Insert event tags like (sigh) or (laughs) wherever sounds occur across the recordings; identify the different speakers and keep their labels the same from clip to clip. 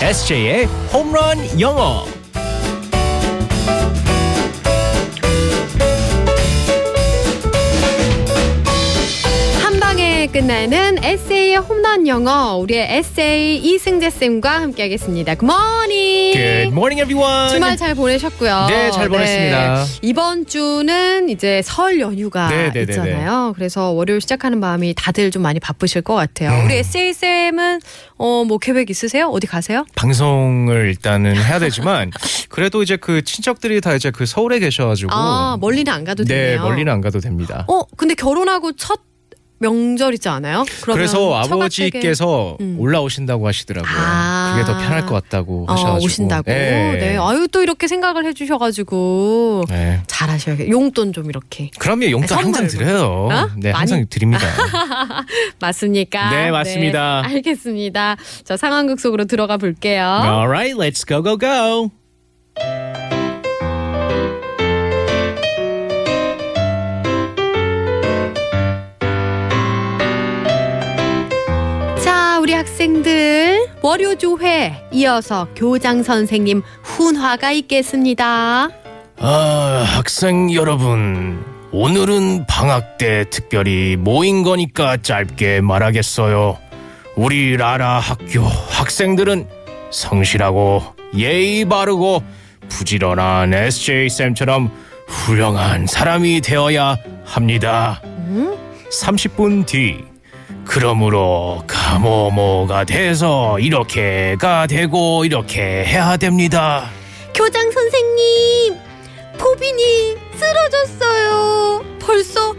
Speaker 1: SJ의 홈런 영어.
Speaker 2: 한 방에 끝나는 에세이의 홈런 영어 우리의 에세이 이승재 쌤과 함께하겠습니다. 굿모닝.
Speaker 1: Good morning, everyone.
Speaker 2: 예. 주말 잘 보내셨고요.
Speaker 1: 네, 잘 보냈습니다.
Speaker 2: 이번 주는 이제 설 연휴가
Speaker 1: 네, 네, 네,
Speaker 2: 있잖아요. 그래서 월요일 시작하는 마음이 다들 좀 많이 바쁘실 것 같아요.
Speaker 1: 네.
Speaker 2: 우리 에세이 쌤은 어, 뭐 계획 있으세요? 어디 가세요?
Speaker 1: 방송을 일단은 해야 되지만 (laughs) 그래도 이제 그 친척들이 다 이제 그 서울에 계셔가지고
Speaker 2: 아 멀리는 안 가도
Speaker 1: 네
Speaker 2: 되네요.
Speaker 1: 멀리는 안 가도 됩니다.
Speaker 2: 어 근데 결혼하고 첫 명절이지 않아요? 그러면
Speaker 1: 그래서
Speaker 2: 처가댁에-
Speaker 1: 아버지께서
Speaker 2: 음.
Speaker 1: 올라오신다고 하시더라고요.
Speaker 2: 아.
Speaker 1: 그게 더 편할 것 같다고
Speaker 2: 어,
Speaker 1: 뭐 하셔가지고
Speaker 2: 오신다고.
Speaker 1: 네.
Speaker 2: 네. 아유 또 이렇게 생각을 해주셔가지고
Speaker 1: 네.
Speaker 2: 잘하셔야겠. 용돈 좀 이렇게
Speaker 1: 그럼요 용돈
Speaker 2: 선물로.
Speaker 1: 항상 드려요.
Speaker 2: 어?
Speaker 1: 네
Speaker 2: 많이?
Speaker 1: 항상
Speaker 2: (laughs)
Speaker 1: 드립니다.
Speaker 2: 맞습니까?
Speaker 1: 네, 맞습니다.
Speaker 2: 네, 알겠습니다. 자 상황극 속으로 들어가 볼게요.
Speaker 1: Alright, let's go go go. 네.
Speaker 2: 자 우리 학생들 월요 조회 이어서 교장 선생님 훈화가 있겠습니다.
Speaker 1: 아, 학생 여러분. 오늘은 방학 때 특별히 모인 거니까 짧게 말하겠어요. 우리 라라 학교 학생들은 성실하고 예의 바르고 부지런한 SJ쌤처럼 훌륭한 사람이 되어야 합니다. 30분 뒤. 그러므로 가모모가 돼서 이렇게가 되고 이렇게 해야 됩니다.
Speaker 2: 교장 선생님, 포빈이 쓰러졌어요. 벌써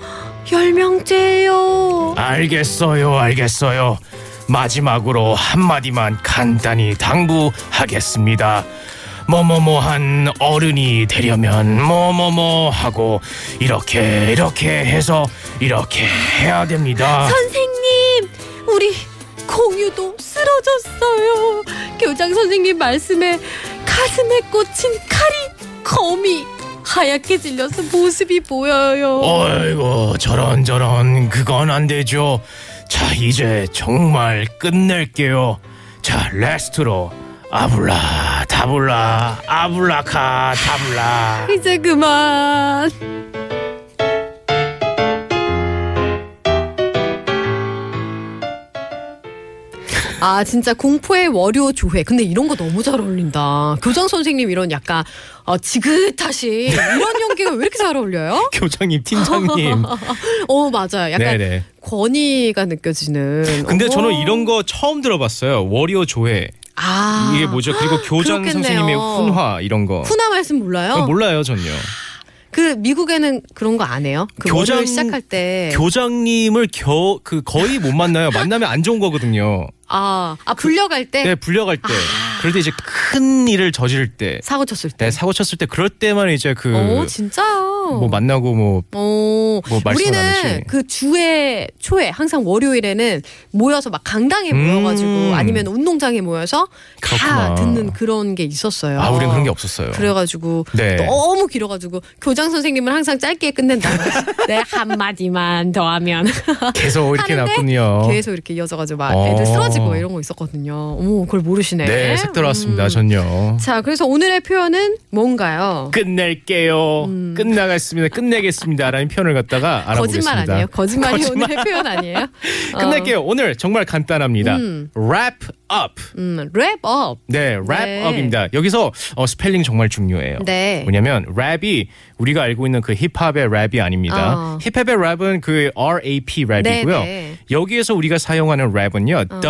Speaker 2: 열 명째예요.
Speaker 1: 알겠어요, 알겠어요. 마지막으로 한마디만 간단히 당부하겠습니다. 뭐뭐뭐한 어른이 되려면 뭐뭐뭐 하고 이렇게 이렇게 해서 이렇게 해야 됩니다.
Speaker 2: 선생님, 우리 공유도 쓰러졌어요. 교장 선생님 말씀에 가슴에 꽂힌 칼이 검이 하얗게 질려서 모습이 보여요.
Speaker 1: 어이구 저런 저런 그건 안 되죠. 자 이제 정말 끝낼게요. 자 레스트로 아블라 다블라 아블라카 다블라.
Speaker 2: 이제 그만. 아 진짜 공포의 월요 조회. 근데 이런 거 너무 잘 어울린다. 교장 선생님 이런 약간 어, 지긋하신 이런 연기가 왜 이렇게 잘 어울려요?
Speaker 1: (laughs) 교장님 팀장님
Speaker 2: 어 맞아요. 약간
Speaker 1: 네네.
Speaker 2: 권위가 느껴지는.
Speaker 1: 근데
Speaker 2: 어.
Speaker 1: 저는 이런 거 처음 들어봤어요. 워리어 조회
Speaker 2: 아
Speaker 1: 이게 뭐죠? 그리고 교장
Speaker 2: 그렇겠네요.
Speaker 1: 선생님의 훈화 이런 거
Speaker 2: 훈화 말씀 몰라요?
Speaker 1: 그건 어, 몰라요 전요.
Speaker 2: 그 미국에는 그런 거 안 해요. 그
Speaker 1: 교장-
Speaker 2: 월요일 시작할 때.
Speaker 1: 교장님을 겨, 그 거의 못 만나요. 만나면 안 좋은 거거든요.
Speaker 2: 아, 아 불려갈 때
Speaker 1: 네 불려갈 때
Speaker 2: 아.
Speaker 1: 그럴 때 이제 큰 일을 저지를 때,
Speaker 2: 사고 쳤을 때.
Speaker 1: 네 사고 쳤을 때 그럴 때만 이제 그
Speaker 2: 어,
Speaker 1: 뭐
Speaker 2: 진짜요.
Speaker 1: 만나고 뭐
Speaker 2: 어,
Speaker 1: 뭐 말씀 안
Speaker 2: 우리는
Speaker 1: 하시니.
Speaker 2: 그 주에 초에 항상 월요일에는 모여서 막 강당에
Speaker 1: 음.
Speaker 2: 모여가지고 아니면 운동장에 모여서
Speaker 1: 그렇구나.
Speaker 2: 다 듣는 그런 게 있었어요.
Speaker 1: 아, 우린 그런 게 없었어요.
Speaker 2: 그래가지고
Speaker 1: 네.
Speaker 2: 너무 길어가지고 교장 선생님은 항상 짧게 끝낸다.
Speaker 1: (laughs)
Speaker 2: 네 한마디만 더 하면
Speaker 1: 계속 어, 이렇게
Speaker 2: 하는데
Speaker 1: 났군요.
Speaker 2: 계속 이렇게 이어져가지고 막
Speaker 1: 어.
Speaker 2: 애들 쓰러지고 이런 거 있었거든요. 어머 그걸 모르시네.
Speaker 1: 네, 색 들어왔습니다.
Speaker 2: 음.
Speaker 1: 전요.
Speaker 2: 자 그래서 오늘의 표현은
Speaker 1: 그
Speaker 2: 뭔가요?
Speaker 1: 끝낼게요. 끝나겠습니다. 끝내겠습니다라는 표현을 갖다가 알아보겠습니다.
Speaker 2: 음. 거짓말 아니에요? 거짓말이 오늘의 표현 아니에요?
Speaker 1: 끝낼게요.
Speaker 2: 어.
Speaker 1: 오늘 정말 간단합니다. wrap up.
Speaker 2: 음, 랩 업.
Speaker 1: 네, wrap
Speaker 2: 네.
Speaker 1: up입니다. 여기서 어, 스펠링 정말 중요해요.
Speaker 2: 네.
Speaker 1: 뭐냐면 랩이 우리가 알고 있는 그 힙합의 랩이 아닙니다.
Speaker 2: 어.
Speaker 1: 힙합의 랩은 그 RAP 랩이고요.
Speaker 2: 네, 어. 네.
Speaker 1: 여기에서 우리가 사용하는 랩은요.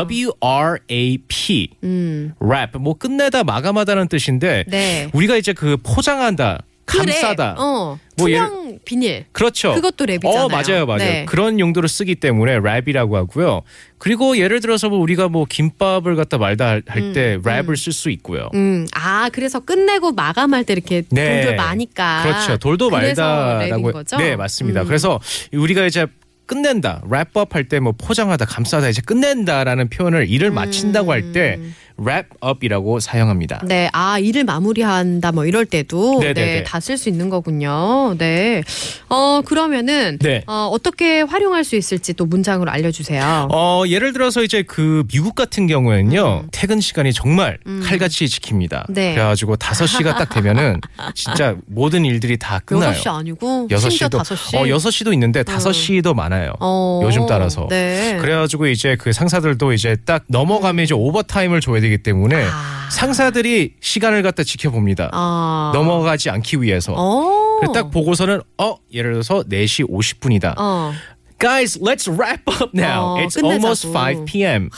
Speaker 1: WRAP. 랩. 뭐 끝내다 마감하다는 뜻인데
Speaker 2: 음. 네.
Speaker 1: 우리가 이제 그 포장한다, 감싸다.
Speaker 2: 그래. 어.
Speaker 1: 뭐 예를-
Speaker 2: 투명 비닐.
Speaker 1: 그렇죠.
Speaker 2: 그것도 랩이잖아요.
Speaker 1: 어, 맞아요, 맞아요.
Speaker 2: 네.
Speaker 1: 그런 용도로 쓰기 때문에 랩이라고 하고요. 그리고 예를 들어서 뭐 우리가 뭐 김밥을 갖다 말다 할 때 랩을 쓸 수 있고요.
Speaker 2: 음. 아, 그래서 끝내고 마감할 때 이렇게
Speaker 1: 네.
Speaker 2: 돌돌 마니까.
Speaker 1: 그렇죠. 돌도
Speaker 2: 그래서 랩인
Speaker 1: 말다라고.
Speaker 2: 거죠? 음.
Speaker 1: 네, 맞습니다. 그래서 우리가 이제
Speaker 2: 음.
Speaker 1: 끝낸다, 랩업 할 때 뭐 포장하다, 감싸다 이제 끝낸다라는 표현을 일을 마친다고 할 때 wrap up이라고 사용합니다.
Speaker 2: 네, 아 일을 마무리한다 뭐 이럴 때도
Speaker 1: 네, 네,
Speaker 2: 네,
Speaker 1: 네.
Speaker 2: 다 쓸 수 있는 거군요. 네, 어 그러면은
Speaker 1: 네.
Speaker 2: 어, 어떻게 활용할 수 있을지 또 문장으로 알려주세요.
Speaker 1: 어, 예를 들어서 이제 그 미국 같은 경우에는요, 퇴근 시간이 정말 칼같이 지킵니다.
Speaker 2: 음. 네.
Speaker 1: 그래가지고 5시가 딱 되면은
Speaker 2: (laughs)
Speaker 1: 진짜 모든 일들이 다 끝나요.
Speaker 2: 그 6시 아니고
Speaker 1: 여섯
Speaker 2: 심지어
Speaker 1: 시도-
Speaker 2: 5시. 음.
Speaker 1: 어, 6시도 있는데 5시도 많아요.
Speaker 2: 어,
Speaker 1: 요즘 따라서.
Speaker 2: 네.
Speaker 1: 그래가지고 이제 그 상사들도 이제 딱 넘어가면 이제 오버타임을 줘야 되기 때문에
Speaker 2: 아.
Speaker 1: 상사들이 시간을 갖다 지켜봅니다.
Speaker 2: 아.
Speaker 1: 넘어가지 않기 위해서.
Speaker 2: 어.
Speaker 1: 그래서 딱 보고서는 어 예를 들어서 4시 50분이다.
Speaker 2: 어.
Speaker 1: Guys, let's wrap up now.
Speaker 2: 어,
Speaker 1: It's
Speaker 2: 끝내자고.
Speaker 1: almost 5 p.m.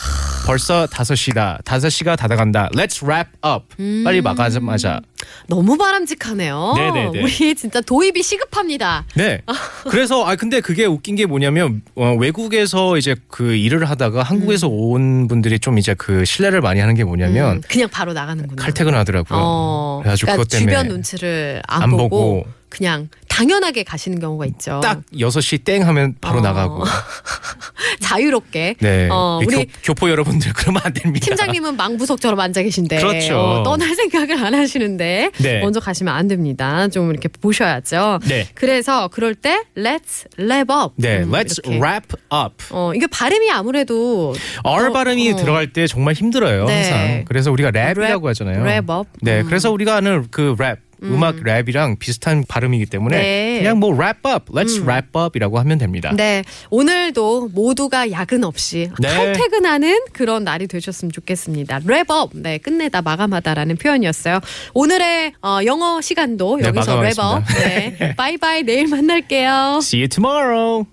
Speaker 1: 벌써 5시다. 5시가 다 나간다. Let's wrap up.
Speaker 2: 음.
Speaker 1: 빨리 막아자마자.
Speaker 2: 너무 바람직하네요.
Speaker 1: 네, 네, 네.
Speaker 2: 우리 진짜 도입이 시급합니다. (laughs)
Speaker 1: 네. 그래서 아 근데 그게 웃긴 게 뭐냐면 어, 외국에서 이제 그 일을 하다가 한국에서 온 분들이 좀 이제 그 신뢰를 많이 하는 게 뭐냐면
Speaker 2: 음, 그냥 바로 나가는군요.
Speaker 1: 칼퇴근하더라고요.
Speaker 2: 어,
Speaker 1: 그래가지고
Speaker 2: 그러니까
Speaker 1: 그것 때문에
Speaker 2: 주변 눈치를 안,
Speaker 1: 안
Speaker 2: 보고,
Speaker 1: 보고.
Speaker 2: 그냥 당연하게 가시는 경우가 있죠.
Speaker 1: 딱 6시 땡 하면 바로
Speaker 2: 어. (laughs)
Speaker 1: 나가고.
Speaker 2: 자유롭게.
Speaker 1: 네.
Speaker 2: 어,
Speaker 1: 이 (laughs)
Speaker 2: 우리
Speaker 1: 교, 포 여러분들 그러면 안 됩니다.
Speaker 2: 팀장님은 망부석처럼 앉아 계신데
Speaker 1: 그렇죠.
Speaker 2: 어, 떠날 (laughs) 생각을 안 하시는데
Speaker 1: 네.
Speaker 2: 먼저 가시면 안 됩니다. 좀 이렇게 보셔야죠.
Speaker 1: 네.
Speaker 2: 그래서 그럴 때 let's wrap up.
Speaker 1: 네,
Speaker 2: 음,
Speaker 1: let's
Speaker 2: 이렇게.
Speaker 1: wrap up.
Speaker 2: 어, 이게 발음이 아무래도
Speaker 1: R 발음이
Speaker 2: 어.
Speaker 1: 들어갈 때 정말 힘들어요.
Speaker 2: 네.
Speaker 1: 항상. 그래서 우리가 랩이라고
Speaker 2: 랩,
Speaker 1: 하잖아요.
Speaker 2: wrap up.
Speaker 1: 네,
Speaker 2: 음.
Speaker 1: 그래서 우리가 아는 그 랩, 음. 악 랩이랑 비슷한 발음이기 때문에
Speaker 2: 네. 음.
Speaker 1: 그냥 뭐 wrap up, let's wrap up이라고 하면 됩니다.
Speaker 2: 네, 오늘도 모두가 야근 없이
Speaker 1: 네.
Speaker 2: 칼퇴근하는 그런 날이 되셨으면 좋겠습니다. 랩업, 네, 끝내다 마감하다라는 표현이었어요. 오늘의 어, 영어 시간도
Speaker 1: 네,
Speaker 2: 여기서 랩업.
Speaker 1: 마감하겠습니다. (laughs)
Speaker 2: 네, 바이바이 내일 만날게요.
Speaker 1: See you tomorrow.